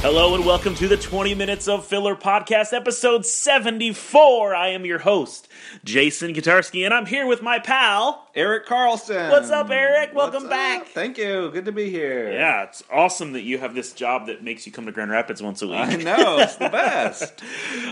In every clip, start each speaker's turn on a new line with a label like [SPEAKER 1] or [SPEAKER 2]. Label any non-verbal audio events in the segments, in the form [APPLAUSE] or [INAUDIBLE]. [SPEAKER 1] Hello and welcome to the 20 Minutes of Filler podcast, episode 74. I am your host, Jason Katarski, and I'm here with my pal.
[SPEAKER 2] Eric Carlson.
[SPEAKER 1] What's up, Eric? Welcome
[SPEAKER 2] up?
[SPEAKER 1] back.
[SPEAKER 2] Thank you. Good to be here.
[SPEAKER 1] Yeah, it's awesome that you have this job that makes you come to Grand Rapids once a
[SPEAKER 2] I
[SPEAKER 1] week.
[SPEAKER 2] know. It's
[SPEAKER 1] [LAUGHS]
[SPEAKER 2] the best.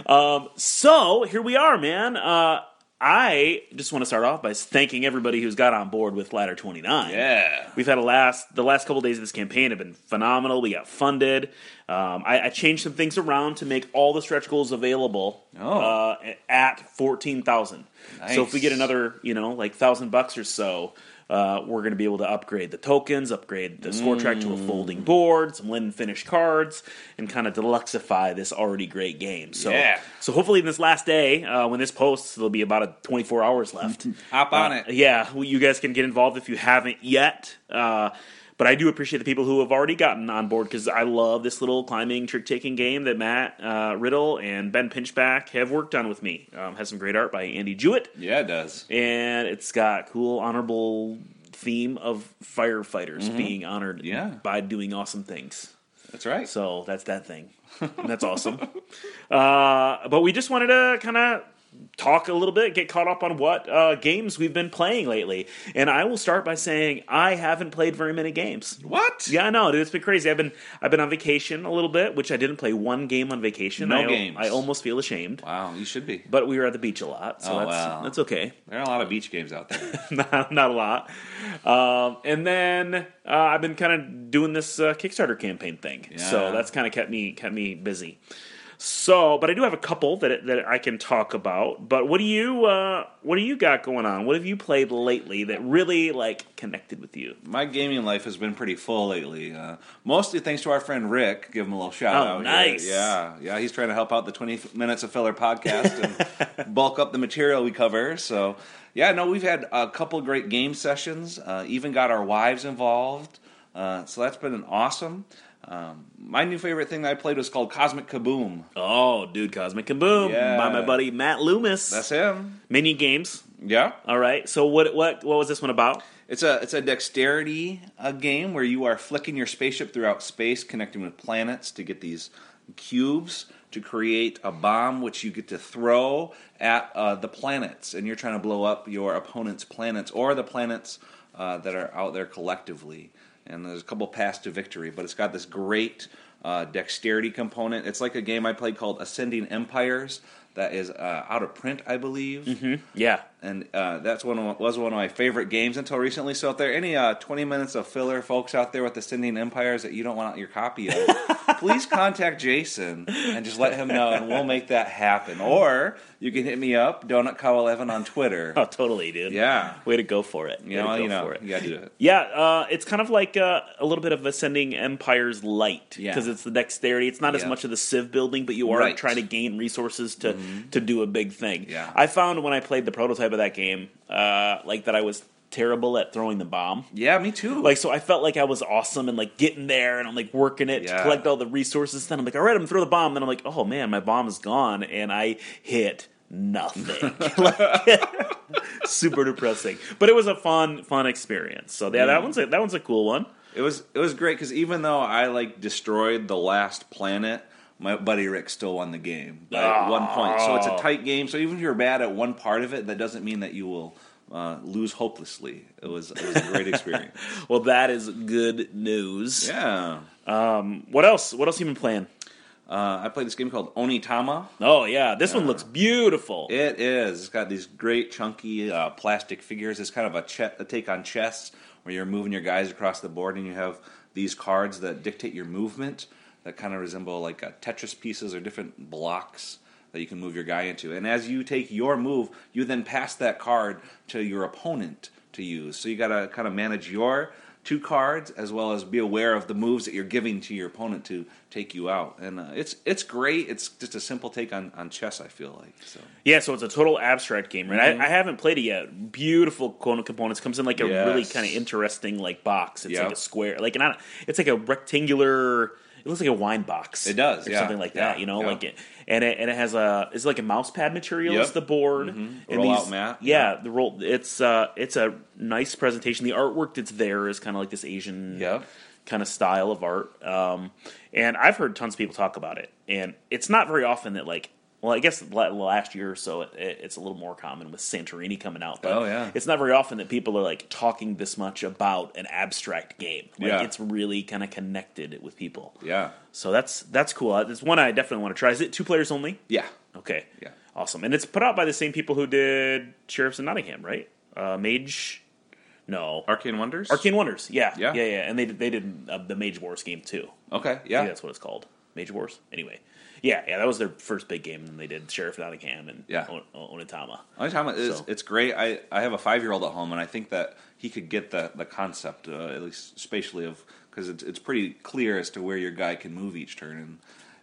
[SPEAKER 1] Um, [LAUGHS] so here we are, man. Uh, I just want to start off by thanking everybody who's got on board with Ladder 29.
[SPEAKER 2] yeah.
[SPEAKER 1] We've had a last the last couple days of this campaign have been phenomenal. We got funded. Um, I, I changed some things around to make all the stretch goals available
[SPEAKER 2] Oh.
[SPEAKER 1] uh, at fourteen thousand. So if we
[SPEAKER 2] Nice.
[SPEAKER 1] get another, you know, like thousand bucks or so, uh, we're going to be able to upgrade the tokens, upgrade the score track to a
[SPEAKER 2] Mm.
[SPEAKER 1] folding board, some linen finish cards, and kind of deluxeify this already great game. So
[SPEAKER 2] Yeah.
[SPEAKER 1] so hopefully in this last day uh, when this posts, there'll be about a twenty four hours
[SPEAKER 2] [LAUGHS]
[SPEAKER 1] left.
[SPEAKER 2] Hop on
[SPEAKER 1] Uh,
[SPEAKER 2] it.
[SPEAKER 1] Yeah, well, you guys can get involved if you haven't yet. Uh, but I do appreciate the people who have already gotten on board because I love this little climbing trick taking game that Matt uh, Riddle and Ben Pinchback have worked on with me. Um, has some great art by Andy Jewett,
[SPEAKER 2] Yeah, it does.
[SPEAKER 1] and it's got cool honorable theme of firefighters being honored
[SPEAKER 2] Mm-hmm. Yeah.
[SPEAKER 1] by doing awesome things.
[SPEAKER 2] That's right.
[SPEAKER 1] So that's that thing. And that's awesome. [LAUGHS] uh, but we just wanted to kind of talk a little bit, get caught up on what uh, games we've been playing lately. And I will start by saying I haven't played very many games.
[SPEAKER 2] what?
[SPEAKER 1] Yeah, I know, dude. It's been crazy. I've been I've been on vacation a little bit, which I didn't play one game on vacation.
[SPEAKER 2] No
[SPEAKER 1] I, al-
[SPEAKER 2] games.
[SPEAKER 1] I almost feel ashamed.
[SPEAKER 2] Wow, you should be.
[SPEAKER 1] But we were at the beach a lot, so
[SPEAKER 2] Oh,
[SPEAKER 1] that's
[SPEAKER 2] wow.
[SPEAKER 1] that's okay
[SPEAKER 2] There are a lot of beach games out there.
[SPEAKER 1] [LAUGHS] not, not a lot. Um, and then uh, I've been kind of doing this uh, Kickstarter campaign thing, so
[SPEAKER 2] Yeah.
[SPEAKER 1] that's kind of kept me kept me busy. So, but I do have a couple that that I can talk about. But what do you uh, what do you got going on? What have you played lately that really like connected with you?
[SPEAKER 2] My gaming life has been pretty full lately. Uh, mostly thanks to our friend Rick. Give him a little shout
[SPEAKER 1] Oh,
[SPEAKER 2] out. here.
[SPEAKER 1] nice.
[SPEAKER 2] Yeah, yeah. He's trying to help out the 20 Minutes of Filler podcast
[SPEAKER 1] [LAUGHS]
[SPEAKER 2] and bulk up the material we cover. So, yeah, no, we've had a couple great game sessions, uh, even got our wives involved. Uh, so that's been an awesome. Um, my new favorite thing that I played was called Cosmic Kaboom.
[SPEAKER 1] Oh, dude, Cosmic Kaboom
[SPEAKER 2] Yeah.
[SPEAKER 1] by my buddy Matt Loomis.
[SPEAKER 2] That's him.
[SPEAKER 1] Mini games.
[SPEAKER 2] Yeah.
[SPEAKER 1] All right. So what what what was this one about?
[SPEAKER 2] It's a it's a dexterity uh, game where you are flicking your spaceship throughout space, connecting with planets to get these cubes to create a bomb, which you get to throw at uh, the planets, and you're trying to blow up your opponent's planets or the planets uh, that are out there collectively. And there's a couple paths to victory, but it's got this great uh, dexterity component. It's like a game I played called Ascending Empires that is uh, out of print, I believe
[SPEAKER 1] Yeah.
[SPEAKER 2] and uh, that's one of, was one of my favorite games until recently. So if there are any uh, twenty minutes of filler folks out there with Ascending Empires that you don't want
[SPEAKER 1] [LAUGHS]
[SPEAKER 2] your copy of, please contact Jason and just let him know, and we'll make that happen. Or you can hit me up, Donut Cow Eleven on Twitter.
[SPEAKER 1] [LAUGHS] Oh, totally, dude.
[SPEAKER 2] Yeah.
[SPEAKER 1] Way to go for it. Way
[SPEAKER 2] You know,
[SPEAKER 1] to go
[SPEAKER 2] you know,
[SPEAKER 1] for it.
[SPEAKER 2] you gotta do it.
[SPEAKER 1] Yeah, uh, it's kind of like uh, a little bit of Ascending Empires light
[SPEAKER 2] Yeah.
[SPEAKER 1] because it's the dexterity. It's not as
[SPEAKER 2] Yeah.
[SPEAKER 1] much of the civ building, but you are
[SPEAKER 2] Right. Mm-hmm.
[SPEAKER 1] trying to gain resources to to do a big thing.
[SPEAKER 2] Yeah.
[SPEAKER 1] I found when I played the prototype of that game, uh, like that I was terrible at throwing the bomb.
[SPEAKER 2] Yeah, me too.
[SPEAKER 1] Like so, I felt like I was awesome and like getting there, and I'm like working it to
[SPEAKER 2] Yeah.
[SPEAKER 1] collect all the resources. Then I'm like, all right, I'm gonna throw the bomb. Then I'm like, oh man, my bomb is gone, and I hit
[SPEAKER 2] [LAUGHS]
[SPEAKER 1] nothing. [LAUGHS] Like, [LAUGHS] super depressing, but it was a fun, fun experience. So yeah,
[SPEAKER 2] Mm.
[SPEAKER 1] that one's a, that one's a cool one.
[SPEAKER 2] It was it was great because even though I like destroyed the last planet, my buddy Rick still won the game by
[SPEAKER 1] Ah.
[SPEAKER 2] one point. So it's a tight game. So even if you're bad at one part of it, that doesn't mean that you will uh, lose hopelessly. It was, it was a great experience.
[SPEAKER 1] Well, that is good news.
[SPEAKER 2] yeah,
[SPEAKER 1] What else? What else you been playing?
[SPEAKER 2] uh, I played this game called Onitama.
[SPEAKER 1] Oh yeah, this
[SPEAKER 2] Uh,
[SPEAKER 1] one looks beautiful.
[SPEAKER 2] It is. It's got these great chunky uh, plastic figures. It's kind of a, che- a take on chess, where you're moving your guys across the board, and you have these cards that dictate your movement. That kind of resemble like uh, Tetris pieces or different blocks that you can move your guy into. And as you take your move, you then pass that card to your opponent to use. So you got to kind of manage your two cards as well as be aware of the moves that you're giving to your opponent to take you out. And uh, it's it's great. It's just a simple take on, on chess. I feel like so.
[SPEAKER 1] Yeah, so it's a total abstract game, right?
[SPEAKER 2] Mm-hmm.
[SPEAKER 1] I, I haven't played it yet. Beautiful co- components comes in like a really
[SPEAKER 2] Yes.
[SPEAKER 1] kind of interesting like box. It's
[SPEAKER 2] Yeah.
[SPEAKER 1] like a square, like not. It's like a rectangular. It looks like a wine box.
[SPEAKER 2] It does,
[SPEAKER 1] or
[SPEAKER 2] yeah,
[SPEAKER 1] something like that.
[SPEAKER 2] yeah,
[SPEAKER 1] You know,
[SPEAKER 2] yeah.
[SPEAKER 1] like it, and it and it has a. It's like a mouse pad material.
[SPEAKER 2] Yep. Mm-hmm.
[SPEAKER 1] It's the board and
[SPEAKER 2] Rollout
[SPEAKER 1] these-
[SPEAKER 2] mat,
[SPEAKER 1] Yeah, the roll. It's uh, it's a nice presentation. The artwork that's there is kind of like this Asian.
[SPEAKER 2] Yep.
[SPEAKER 1] kind of style of art. Um, and I've heard tons of people talk about it, and it's not very often that like. Well, I guess la- last year or so, it, it- it's a little more common with Santorini coming out. But
[SPEAKER 2] Oh, yeah.
[SPEAKER 1] it's not very often that people are like talking this much about an abstract game. Like,
[SPEAKER 2] Yeah.
[SPEAKER 1] it's really kind of connected with people.
[SPEAKER 2] Yeah.
[SPEAKER 1] So that's that's cool. It's one I definitely want to try. Is it two players only?
[SPEAKER 2] Yeah.
[SPEAKER 1] Okay.
[SPEAKER 2] Yeah.
[SPEAKER 1] Awesome. And it's put out by the same people who did Sheriffs of Nottingham, right? Uh, Mage. No.
[SPEAKER 2] Arcane Wonders?
[SPEAKER 1] Arcane Wonders. Yeah.
[SPEAKER 2] Yeah.
[SPEAKER 1] Yeah. Yeah. And they did- they did uh, the Mage Wars game too.
[SPEAKER 2] Okay,
[SPEAKER 1] I
[SPEAKER 2] yeah.
[SPEAKER 1] think that's what it's called. Mage Wars. Anyway. Yeah. Yeah. That was their first big game. And they did Sheriff of Nottingham and
[SPEAKER 2] Yeah. Uh,
[SPEAKER 1] On- On- Onitama.
[SPEAKER 2] Only time it is,
[SPEAKER 1] So-
[SPEAKER 2] it's great. I, I have a five year old at home, and I think that he could get the the concept uh, at least spatially of because it's it's pretty clear as to where your guy can move each turn, and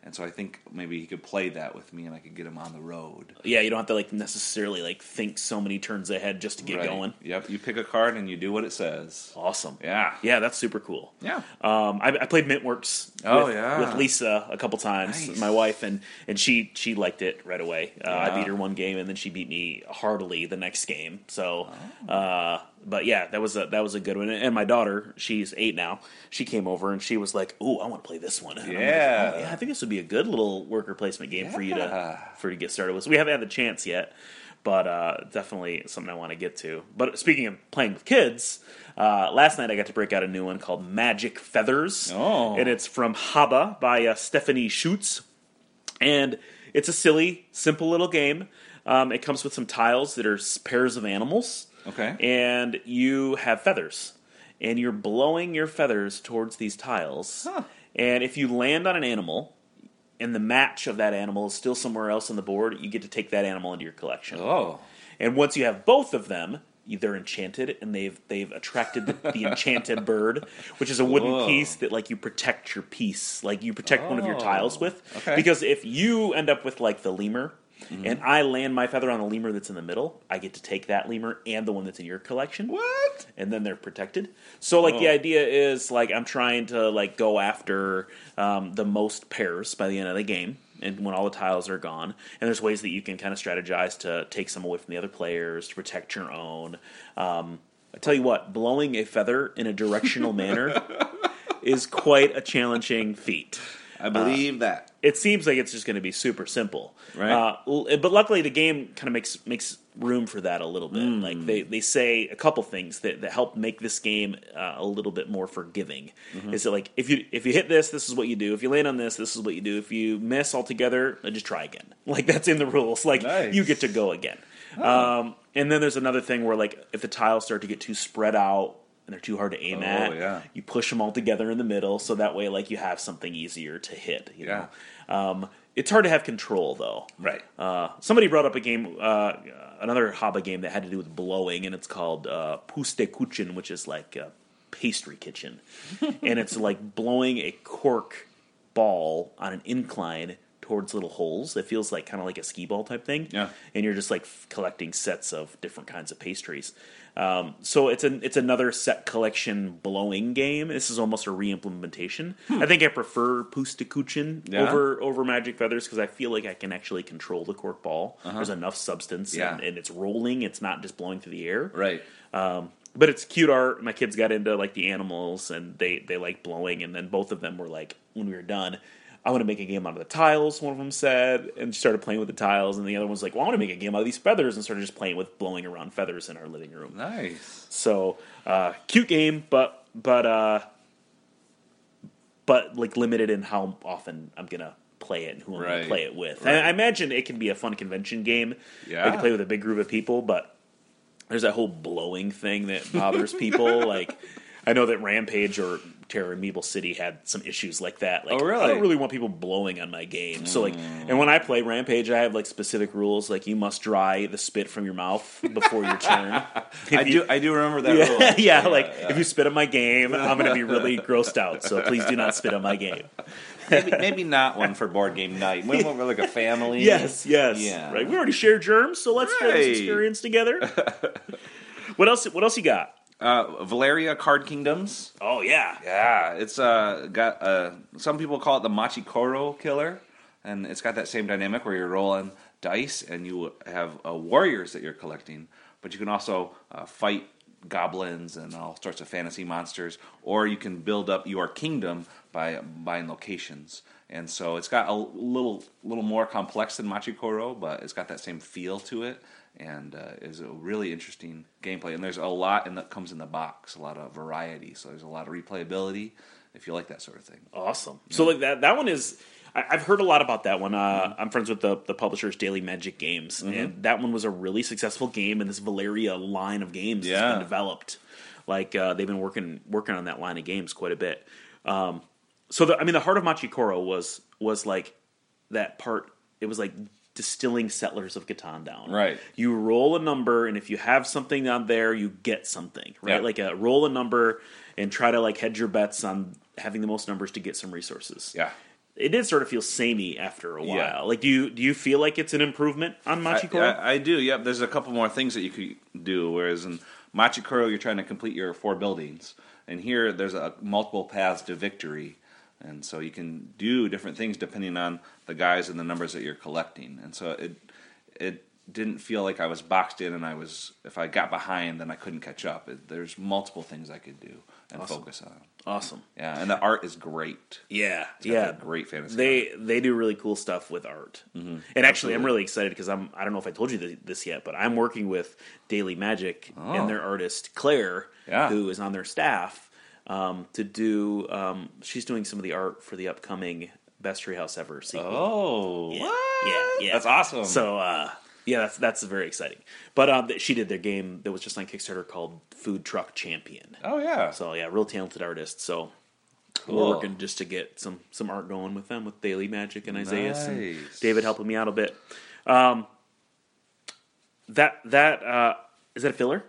[SPEAKER 2] and so I think maybe he could play that with me, and I could get him on the road.
[SPEAKER 1] Yeah. You don't have to like necessarily like think so many turns ahead just to get
[SPEAKER 2] Right.
[SPEAKER 1] going.
[SPEAKER 2] Yep. You pick a card and you do what it says.
[SPEAKER 1] Awesome.
[SPEAKER 2] Yeah.
[SPEAKER 1] Yeah. That's super cool.
[SPEAKER 2] Yeah.
[SPEAKER 1] Um, I, I played Mintworks.
[SPEAKER 2] Oh,
[SPEAKER 1] with,
[SPEAKER 2] yeah.
[SPEAKER 1] with Lisa a couple times,
[SPEAKER 2] Nice.
[SPEAKER 1] my wife, and and she she liked it right away. Uh, I
[SPEAKER 2] Yeah.
[SPEAKER 1] beat her one game, and then she beat me heartily the next game. So,
[SPEAKER 2] Oh.
[SPEAKER 1] uh, but yeah, that was a that was a good one. And my daughter, she's eight now. She came over and she was like, "Ooh, I want to play this one." And I'm like,
[SPEAKER 2] Yeah.
[SPEAKER 1] "Oh, yeah, I think this would be a good little worker placement game for you to
[SPEAKER 2] Yeah.
[SPEAKER 1] for you to get started with. So we haven't had the chance yet. But uh, definitely something I want to get to. But speaking of playing with kids, uh, last night I got to break out a new one called Magic Feathers.
[SPEAKER 2] Oh.
[SPEAKER 1] And it's from Haba by uh, Stephanie Schutz. And it's a silly, simple little game. Um, it comes with some tiles that are s- pairs of animals.
[SPEAKER 2] Okay.
[SPEAKER 1] And you have feathers. And you're blowing your feathers towards these tiles.
[SPEAKER 2] Huh.
[SPEAKER 1] And if you land on an animal and the match of that animal is still somewhere else on the board, you get to take that animal into your collection.
[SPEAKER 2] Oh.
[SPEAKER 1] And once you have both of them, they're enchanted and they've they've attracted the, the
[SPEAKER 2] [LAUGHS]
[SPEAKER 1] enchanted bird, which is a wooden
[SPEAKER 2] Whoa.
[SPEAKER 1] piece that like you protect your piece, like you protect one of your
[SPEAKER 2] Oh,
[SPEAKER 1] tiles with.
[SPEAKER 2] okay. Mm-hmm.
[SPEAKER 1] Because if you end up with like the lemur and I land my feather on a lemur that's in the middle, I get to take that lemur and the one that's in your collection
[SPEAKER 2] What?
[SPEAKER 1] and then they're protected. So like the
[SPEAKER 2] Oh.
[SPEAKER 1] idea is like I'm trying to like go after um, the most pairs by the end of the game, and when all the tiles are gone. And there's ways that you can kind of strategize to take some away from the other players to protect your own. Um, I tell you what, blowing a feather in a directional manner is quite a challenging feat
[SPEAKER 2] I believe that.
[SPEAKER 1] it seems like it's just going to be super simple,
[SPEAKER 2] Right.
[SPEAKER 1] Uh, l- but luckily, the game kind of makes makes room for that a little bit.
[SPEAKER 2] Mm.
[SPEAKER 1] Like they, they say a couple things that, that help make this game uh, a little bit more forgiving.
[SPEAKER 2] Mm-hmm.
[SPEAKER 1] Is that like if you if you hit this, this is what you do. If you land on this, this is what you do. If you miss altogether, uh, just try again. [LAUGHS] Like that's in the rules. Like
[SPEAKER 2] Nice. Oh.
[SPEAKER 1] you get to go again. Um, and then there's another thing where like if the tiles start to get too spread out. And they're too hard to aim
[SPEAKER 2] Oh,
[SPEAKER 1] at.
[SPEAKER 2] yeah.
[SPEAKER 1] You push them all together in the middle, so that way, like you have something easier to hit. You
[SPEAKER 2] Yeah.
[SPEAKER 1] know? Um, it's hard to have control though.
[SPEAKER 2] Right.
[SPEAKER 1] Uh, somebody brought up a game, uh, another Haba game that had to do with blowing, and it's called uh, Puste Kuchen, which is like a pastry kitchen, and it's like blowing a cork ball on an incline towards little holes. It feels like kind of like a skee ball type thing
[SPEAKER 2] Yeah.
[SPEAKER 1] and you're just like f- collecting sets of different kinds of pastries. Um, so it's an it's another set collection blowing game. This is almost a re-implementation. I think I prefer Pustakuchin
[SPEAKER 2] Hmm. Yeah.
[SPEAKER 1] over over Magic Feathers because I feel like I can actually control the cork ball. There's enough substance,
[SPEAKER 2] Uh-huh. Yeah.
[SPEAKER 1] and, and it's rolling. It's not just blowing through the air.
[SPEAKER 2] Right.
[SPEAKER 1] Um, but it's cute art. My kids got into like the animals, and they they like blowing. And then both of them were like, when we were done, I want to make a game out of the tiles. One of them said, and started playing with the tiles. And the other one's like, well, I want to make a game out of these feathers, and started just playing with blowing around feathers in our living room.
[SPEAKER 2] Nice.
[SPEAKER 1] So uh, cute game, but but uh, but like limited in how often I'm gonna play it and who I'm gonna
[SPEAKER 2] Right.
[SPEAKER 1] play it with.
[SPEAKER 2] Right.
[SPEAKER 1] I, I imagine it can be a fun convention game.
[SPEAKER 2] Yeah.
[SPEAKER 1] I can play with a big group of people, but there's that whole blowing thing that bothers
[SPEAKER 2] [LAUGHS]
[SPEAKER 1] people. like I know that Rampage or Terror and Meeple City had some issues like that. Like
[SPEAKER 2] Oh, really? Hmm.
[SPEAKER 1] I don't really want people blowing on my game. So like and when I play Rampage I have like specific rules like you must dry the spit from your mouth before your turn. If
[SPEAKER 2] [LAUGHS] I
[SPEAKER 1] you-
[SPEAKER 2] do I do remember that
[SPEAKER 1] yeah,
[SPEAKER 2] rule.
[SPEAKER 1] [LAUGHS] yeah, like if you spit on my game, I'm going to be really grossed out. So please do not spit on my
[SPEAKER 2] [LAUGHS]
[SPEAKER 1] game.
[SPEAKER 2] maybe, maybe not one for board game night. When we're like a
[SPEAKER 1] [LAUGHS]
[SPEAKER 2] family.
[SPEAKER 1] Yes, yes.
[SPEAKER 2] Yeah.
[SPEAKER 1] Right. We already share germs, so let's share this
[SPEAKER 2] Right.
[SPEAKER 1] experience
[SPEAKER 2] [LAUGHS]
[SPEAKER 1] together. what else? What else you got?
[SPEAKER 2] Uh, Valeria Card Kingdoms.
[SPEAKER 1] Oh yeah.
[SPEAKER 2] Yeah, it's uh, got uh, some people call it the Machikoro killer, and it's got that same dynamic where you're rolling dice and you have uh, warriors that you're collecting, but you can also uh, fight goblins and all sorts of fantasy monsters, or you can build up your kingdom by buying locations. And so it's got a little little more complex than Machikoro, but it's got that same feel to it, and uh, is a really interesting gameplay. And there's a lot in that comes in the box, a lot of variety. So there's a lot of replayability if you like that sort of thing.
[SPEAKER 1] Awesome. So like that that one is I, I've heard a lot about that one. Uh,
[SPEAKER 2] Mm-hmm.
[SPEAKER 1] I'm friends with the the publishers Daily Magic Games, and that one was a really successful game in this Valeria line of games that's
[SPEAKER 2] Yeah.
[SPEAKER 1] been developed. Like uh, they've been working working on that line of games quite a bit. Um, so the, I mean, the heart of Machikoro was was like that part. It was like distilling settlers of Catan down.
[SPEAKER 2] Right.
[SPEAKER 1] You roll a number, and if you have something on there, you get something. Right.
[SPEAKER 2] Yeah.
[SPEAKER 1] Like a uh, roll a number and try to like hedge your bets on having the most numbers to get some resources.
[SPEAKER 2] Yeah.
[SPEAKER 1] It did sort of feel samey after a while.
[SPEAKER 2] Yeah.
[SPEAKER 1] Like, do you do you feel like it's an improvement on Machikoro?
[SPEAKER 2] I, I, I do. Yep. There's a couple more things that you could do. Whereas in Machikoro, you're trying to complete your four buildings, and here there's a multiple paths to victory, and so you can do different things depending on the guys and the numbers that you're collecting. And so it it didn't feel like I was boxed in, and I was if I got behind, then I couldn't catch up. It, there's multiple things I could do and focus on.
[SPEAKER 1] awesome.
[SPEAKER 2] Yeah, and the art is great.
[SPEAKER 1] Yeah,
[SPEAKER 2] got
[SPEAKER 1] yeah,
[SPEAKER 2] that great Mm-hmm. fantasy
[SPEAKER 1] They they do really cool stuff with art, and actually, I'm really excited because I'm I don't know if I told you th- this yet, but I'm working with Daily Magic and their artist Claire,
[SPEAKER 2] Oh. Yeah.
[SPEAKER 1] who is on their staff, um, to do. Um, she's doing some of the art for the upcoming Best Treehouse Ever sequel.
[SPEAKER 2] Oh,
[SPEAKER 1] Yeah,
[SPEAKER 2] what?
[SPEAKER 1] yeah, yeah.
[SPEAKER 2] that's awesome.
[SPEAKER 1] So, uh, yeah, that's that's very exciting. But uh, th- she did their game that was just on Kickstarter called Food Truck Champion.
[SPEAKER 2] oh yeah,
[SPEAKER 1] So yeah, real talented artists. So
[SPEAKER 2] Cool.
[SPEAKER 1] we're working just to get some some art going with them with Daily Magic and Isaiah and
[SPEAKER 2] Nice.
[SPEAKER 1] David helping me out a bit. Um, that that uh, is that a filler?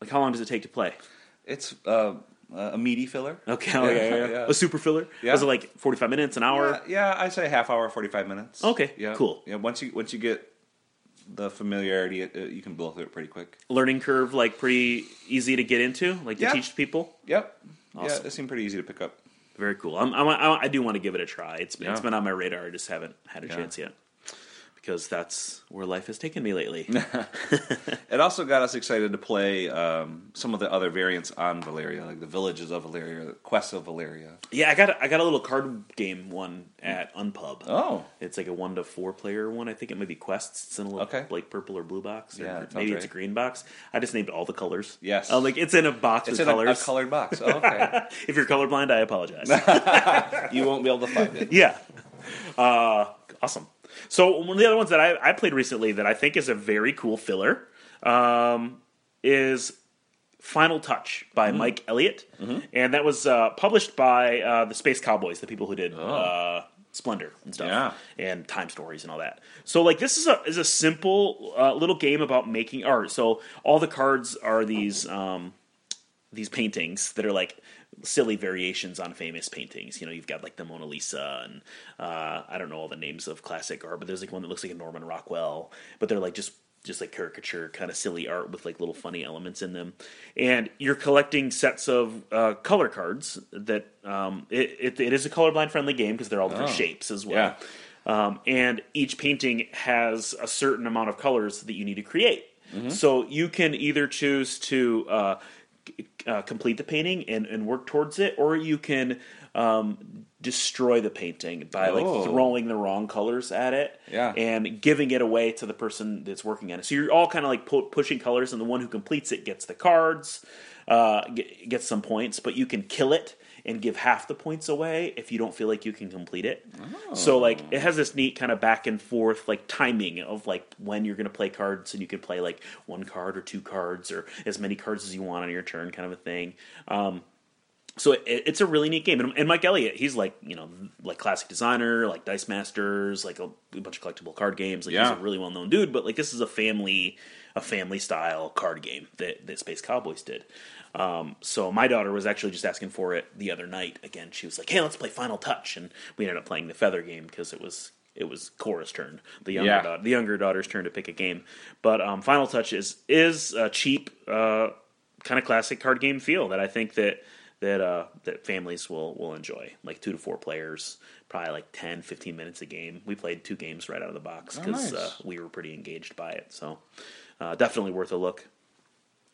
[SPEAKER 1] Like how long does it take to play? [LAUGHS]
[SPEAKER 2] it's uh, a meaty filler.
[SPEAKER 1] Okay, okay,
[SPEAKER 2] Yeah,
[SPEAKER 1] yeah,
[SPEAKER 2] yeah.
[SPEAKER 1] a super filler.
[SPEAKER 2] Yeah.
[SPEAKER 1] Was it like forty five minutes, an hour?
[SPEAKER 2] Yeah, yeah, I say half hour, forty five minutes.
[SPEAKER 1] Okay,
[SPEAKER 2] yeah,
[SPEAKER 1] cool.
[SPEAKER 2] Yeah, once you once you get the familiarity, it, it, you can blow through it pretty quick.
[SPEAKER 1] Learning curve like pretty easy to get into, like to
[SPEAKER 2] Yeah.
[SPEAKER 1] teach people.
[SPEAKER 2] Yep.
[SPEAKER 1] Awesome.
[SPEAKER 2] Yeah, it seemed pretty easy to pick up.
[SPEAKER 1] Very cool. I'm, I'm, I I do want to give it a try. It's been, it's
[SPEAKER 2] Yeah.
[SPEAKER 1] been on my radar. I just haven't had a
[SPEAKER 2] Yeah.
[SPEAKER 1] chance yet because that's where life has taken me
[SPEAKER 2] [LAUGHS]
[SPEAKER 1] lately.
[SPEAKER 2] It also got us excited to play um, some of the other variants on Valeria, like the villages of Valeria, the quests of Valeria.
[SPEAKER 1] yeah, I got I got a little card game one at Unpub.
[SPEAKER 2] Oh,
[SPEAKER 1] It's like a one to four player one. I think it might be quests. It's in a little
[SPEAKER 2] Okay.
[SPEAKER 1] like purple or blue box. Or
[SPEAKER 2] Yeah, that sounds
[SPEAKER 1] maybe it's a
[SPEAKER 2] right.
[SPEAKER 1] green box. I just named all the colors.
[SPEAKER 2] Yes.
[SPEAKER 1] Oh, like it's in a box
[SPEAKER 2] it's
[SPEAKER 1] with
[SPEAKER 2] in a, a
[SPEAKER 1] colors. [LAUGHS]
[SPEAKER 2] colored box. Oh, okay,
[SPEAKER 1] if you're colorblind, I
[SPEAKER 2] [LAUGHS]
[SPEAKER 1] apologize.
[SPEAKER 2] you won't be able to find
[SPEAKER 1] [LAUGHS]
[SPEAKER 2] it.
[SPEAKER 1] Yeah. Uh, awesome. So one of the other ones that I, I played recently that I think is a very cool filler um, is Final Touch by Mike Elliott, and that was uh, published by uh, the Space Cowboys, the people who did uh, Splendor and stuff,
[SPEAKER 2] Yeah.
[SPEAKER 1] and Time Stories and all that. So like this is a is a simple uh, little game about making art. So all the cards are these. Um, these paintings that are like silly variations on famous paintings. You know, you've got like the Mona Lisa and uh, I don't know all the names of classic art, but there's like one that looks like a Norman Rockwell, but they're like just just like caricature kind of silly art with like little funny elements in them and you're collecting sets of uh, color cards that um, it, it, it is a colorblind friendly game because they're all different
[SPEAKER 2] Oh.
[SPEAKER 1] shapes as well um, and each painting has a certain amount of colors that you need to create. So you can either choose to uh, c- uh, complete the painting and, and work towards it, or you can um, destroy the painting by
[SPEAKER 2] Oh.
[SPEAKER 1] like throwing the wrong colors at it
[SPEAKER 2] Yeah.
[SPEAKER 1] and giving it away to the person that's working on it. So you're all kind of like pu- pushing colors, and the one who completes it gets the cards, uh, ge- gets some points, but you can kill it and give half the points away if you don't feel like you can complete it. So like it has this neat kind of back and forth like timing of like when you're going to play cards and you can play like one card or two cards or as many cards as you want on your turn kind of a thing. Um so it, it's a really neat game, and, and Mike Elliott, he's like you know, like classic designer, like Dice Masters, like a, a bunch of collectible card games. Like he's
[SPEAKER 2] Yeah.
[SPEAKER 1] a really well known dude, but like this is a family, a family style card game that, that Space Cowboys did. Um, so my daughter was actually just asking for it the other night. Again, she was like, "Hey, let's play Final Touch," and we ended up playing the Feather game because it was it was Cora's turn, the younger
[SPEAKER 2] Yeah.
[SPEAKER 1] daughter, the younger daughter's turn to pick a game. But um, Final Touch is is a cheap. Uh, kind of classic card game feel that I think that that uh, that families will will enjoy. Like two to four players, probably like 10, 15 minutes a game. We played two games right out of the box because
[SPEAKER 2] nice.
[SPEAKER 1] uh, we were pretty engaged by it. So uh, definitely worth a look.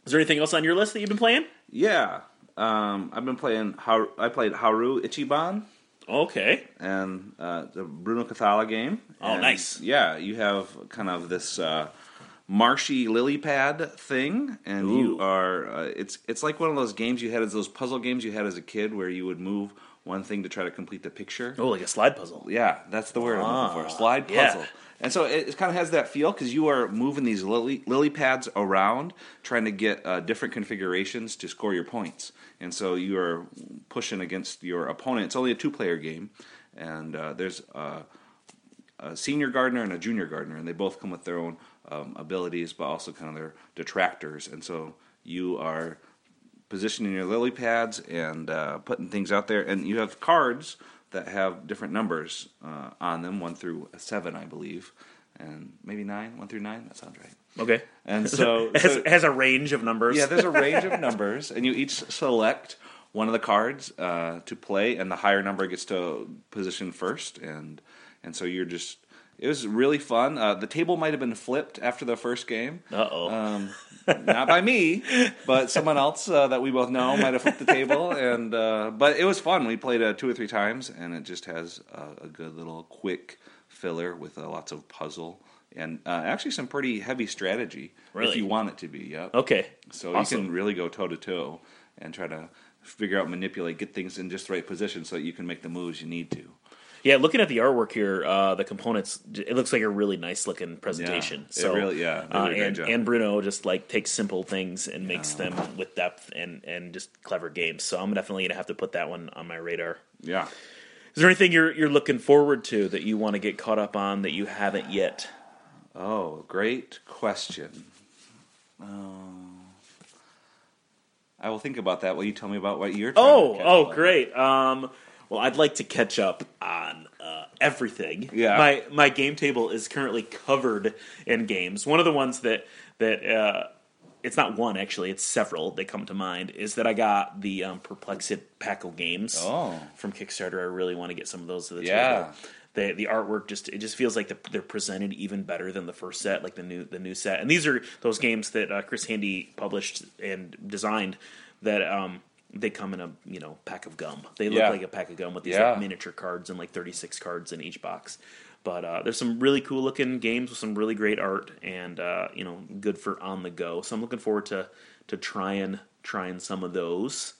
[SPEAKER 1] Is there anything else on your list that you've been playing?
[SPEAKER 2] Yeah, um, I've been playing. Har- I played Haru Ichiban
[SPEAKER 1] Okay.
[SPEAKER 2] and uh, the Bruno Cathala game.
[SPEAKER 1] Oh,
[SPEAKER 2] And,
[SPEAKER 1] nice.
[SPEAKER 2] Yeah, you have kind of this uh, marshy lily pad thing, and
[SPEAKER 1] Ooh.
[SPEAKER 2] you are. Uh, it's it's like one of those games you had as those puzzle games you had as a kid, where you would move one thing to try to complete the picture.
[SPEAKER 1] Oh, like a slide puzzle.
[SPEAKER 2] Yeah, that's the word I'm looking for. Slide
[SPEAKER 1] yeah.
[SPEAKER 2] puzzle. And so it, it kind of has that feel because you are moving these lily, lily pads around, trying to get uh, different configurations to score your points. And so you are pushing against your opponent. It's only a two player game, and uh, there's uh, a senior gardener and a junior gardener, and they both come with their own um, abilities, but also kind of their detractors. And so you are positioning your lily pads and uh, putting things out there, and you have cards that have different numbers uh, on them, one through seven, I believe, and maybe nine, one through nine. That sounds right.
[SPEAKER 1] Okay. [LAUGHS]
[SPEAKER 2] And so,
[SPEAKER 1] It has,
[SPEAKER 2] so-
[SPEAKER 1] it has a range of numbers.
[SPEAKER 2] yeah, there's a range
[SPEAKER 1] [LAUGHS]
[SPEAKER 2] of numbers, and you each select one of the cards uh, to play, and the higher number gets to position first, and and so you're just. It was really fun. Uh, the table might have been flipped after the first game.
[SPEAKER 1] Uh-oh. [LAUGHS]
[SPEAKER 2] Um, not by me, but someone else uh, that we both know might have flipped the table. And uh, but it was fun. We played uh, two or three times, and it just has a, a good little quick filler with uh, lots of puzzle and uh, actually some pretty heavy strategy
[SPEAKER 1] Really?
[SPEAKER 2] if you want it to be. Yep.
[SPEAKER 1] Okay.
[SPEAKER 2] So you
[SPEAKER 1] Awesome.
[SPEAKER 2] can really go toe to toe and try to figure out, manipulate, get things in just the right position so that you can make the moves you need to.
[SPEAKER 1] Yeah, looking at the artwork here, uh, the components, it looks like a really nice looking presentation.
[SPEAKER 2] Yeah, it
[SPEAKER 1] so
[SPEAKER 2] really- yeah, they did a
[SPEAKER 1] uh,
[SPEAKER 2] great
[SPEAKER 1] and,
[SPEAKER 2] job.
[SPEAKER 1] and Bruno just like takes simple things and makes them with depth and and just clever games. So I'm definitely gonna have to put that one on my radar.
[SPEAKER 2] Yeah.
[SPEAKER 1] Is there anything you're you're looking forward to that you want to get caught up on that you haven't yet?
[SPEAKER 2] Oh, great question. Uh, I will think about that while you tell me about what you're. trying to
[SPEAKER 1] Oh,
[SPEAKER 2] catch
[SPEAKER 1] oh,
[SPEAKER 2] up on.
[SPEAKER 1] great. Um, well, I'd like to catch up on uh, everything.
[SPEAKER 2] Yeah.
[SPEAKER 1] my my game table is currently covered in games. One of the ones that that uh, it's not one actually; it's several that come to mind. Is that I got the um, Perplexit Packle games
[SPEAKER 2] Oh.
[SPEAKER 1] from Kickstarter. I really want to get some of those to the
[SPEAKER 2] Yeah.
[SPEAKER 1] table. The, the artwork just it just feels like the, they're presented even better than the first set, like the new the new set. And these are those games that uh, Chris Handy published and designed. That um, they come in a you know pack of gum. They look
[SPEAKER 2] Yeah.
[SPEAKER 1] like a pack of gum with these
[SPEAKER 2] Yeah.
[SPEAKER 1] like, miniature cards and like 36 cards in each box. But uh, there's some really cool looking games with some really great art and uh, you know good for on the go. So I'm looking forward to to trying trying some of those.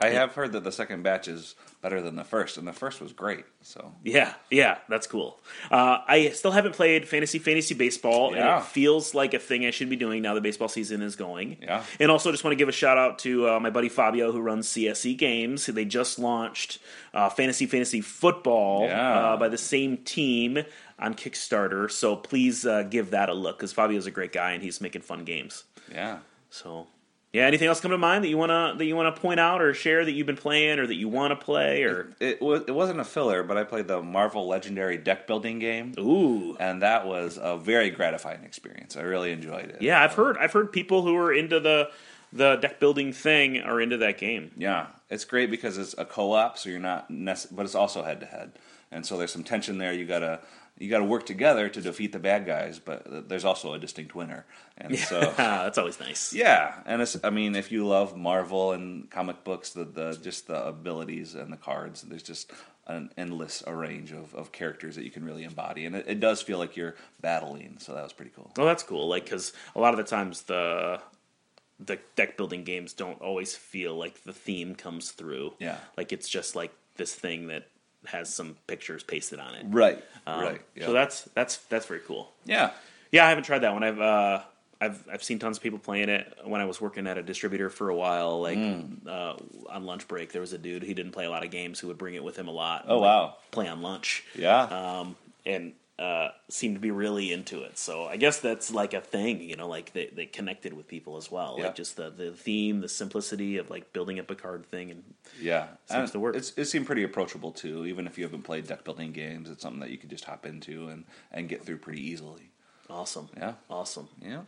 [SPEAKER 2] I have heard that the second batch is better than the first, and the first was great. So
[SPEAKER 1] Yeah, yeah, that's cool. Uh, I still haven't played fantasy fantasy baseball,
[SPEAKER 2] Yeah.
[SPEAKER 1] and it feels like a thing I should be doing now that baseball season is going.
[SPEAKER 2] Yeah.
[SPEAKER 1] and also just want to give a shout out to uh, my buddy Fabio who runs CSE Games. They just launched uh, fantasy fantasy football
[SPEAKER 2] Yeah.
[SPEAKER 1] uh, by the same team on Kickstarter. So please uh, give that a look because Fabio's a great guy and he's making fun games.
[SPEAKER 2] yeah,
[SPEAKER 1] So. Yeah, anything else come to mind that you wanna that you wanna point out or share that you've been playing or that you wanna play or
[SPEAKER 2] it was. It wasn't a filler, but I played the Marvel Legendary deck building game,
[SPEAKER 1] ooh
[SPEAKER 2] and that was a very gratifying experience. I really enjoyed it.
[SPEAKER 1] Yeah, I've heard I've heard people who are into the the deck building thing are into that game.
[SPEAKER 2] Yeah, it's great because it's a co-op, so you're not, nece- but it's also head to head, and so there's some tension there. You gotta you gotta work together to defeat the bad guys, but th- there's also a distinct winner, and [LAUGHS] so
[SPEAKER 1] [LAUGHS] That's always nice.
[SPEAKER 2] yeah, and it's I mean if you love Marvel and comic books, the the just the abilities and the cards, there's just an endless range of, of characters that you can really embody, and it, it does feel like you're battling, so that was pretty cool.
[SPEAKER 1] Well, that's cool. Like because a lot of the times the the deck building games don't always feel like the theme comes through.
[SPEAKER 2] Yeah.
[SPEAKER 1] like it's just like this thing that has some pictures pasted on it.
[SPEAKER 2] Right,
[SPEAKER 1] Um,
[SPEAKER 2] right, yeah,
[SPEAKER 1] So that's that's that's very cool.
[SPEAKER 2] yeah,
[SPEAKER 1] Yeah, I haven't tried that one. I've uh, I've I've seen tons of people playing it. When I was working at a distributor for a while, like
[SPEAKER 2] Mm.
[SPEAKER 1] uh, on lunch break, there was a dude. He didn't play a lot of games. Who would bring it with him a lot.
[SPEAKER 2] Oh,
[SPEAKER 1] and,
[SPEAKER 2] wow.
[SPEAKER 1] play on lunch.
[SPEAKER 2] yeah.
[SPEAKER 1] Um, and uh, seemed to be really into it. So I guess that's like a thing, you know, like they, they connected with people as well.
[SPEAKER 2] Yeah.
[SPEAKER 1] Like just the, the theme, the simplicity of like building up a card thing. And
[SPEAKER 2] Yeah,
[SPEAKER 1] Seems
[SPEAKER 2] And
[SPEAKER 1] to work.
[SPEAKER 2] It's, it seemed pretty approachable too. Even if you haven't played deck building games, it's something that you could just hop into and and get through pretty easily.
[SPEAKER 1] awesome.
[SPEAKER 2] Yeah.
[SPEAKER 1] Awesome.
[SPEAKER 2] Yeah,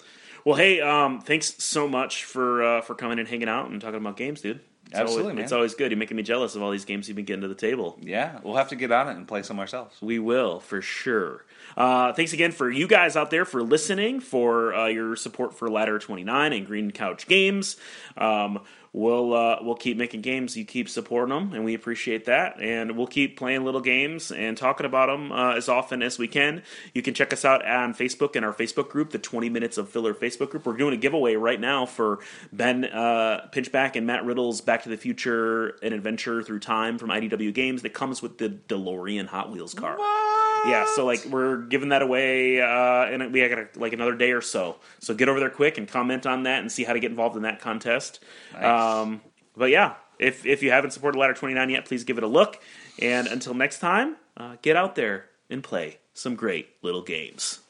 [SPEAKER 1] Well, hey, um, thanks so much for uh, for coming and hanging out and talking about games, dude. It's always-
[SPEAKER 2] Absolutely, man.
[SPEAKER 1] It's always good. You're making me jealous of all these games you've been getting to the table.
[SPEAKER 2] yeah, we'll have to get on it and play some ourselves.
[SPEAKER 1] We will for sure. Uh, thanks again for you guys out there for listening, for uh, your support for Ladder Twenty Nine and Green Couch Games. Um, we'll uh, we'll keep making games. You keep supporting them, and we appreciate that. And we'll keep playing little games and talking about them uh, as often as we can. You can check us out on Facebook in our Facebook group, the Twenty Minutes of Filler Facebook group. We're doing a giveaway right now for Ben uh, Pinchback and Matt Riddle's Back to the Future: An Adventure Through Time from IDW Games that comes with the DeLorean Hot Wheels car. Yeah, so like we're giving that away, uh, and we got like another day or so. So get over there quick and comment on that and see how to get involved in that contest. Um, but yeah, if if you haven't supported Ladder Twenty Nine yet, please give it a look. And until next time, uh, get out there and play some great little games.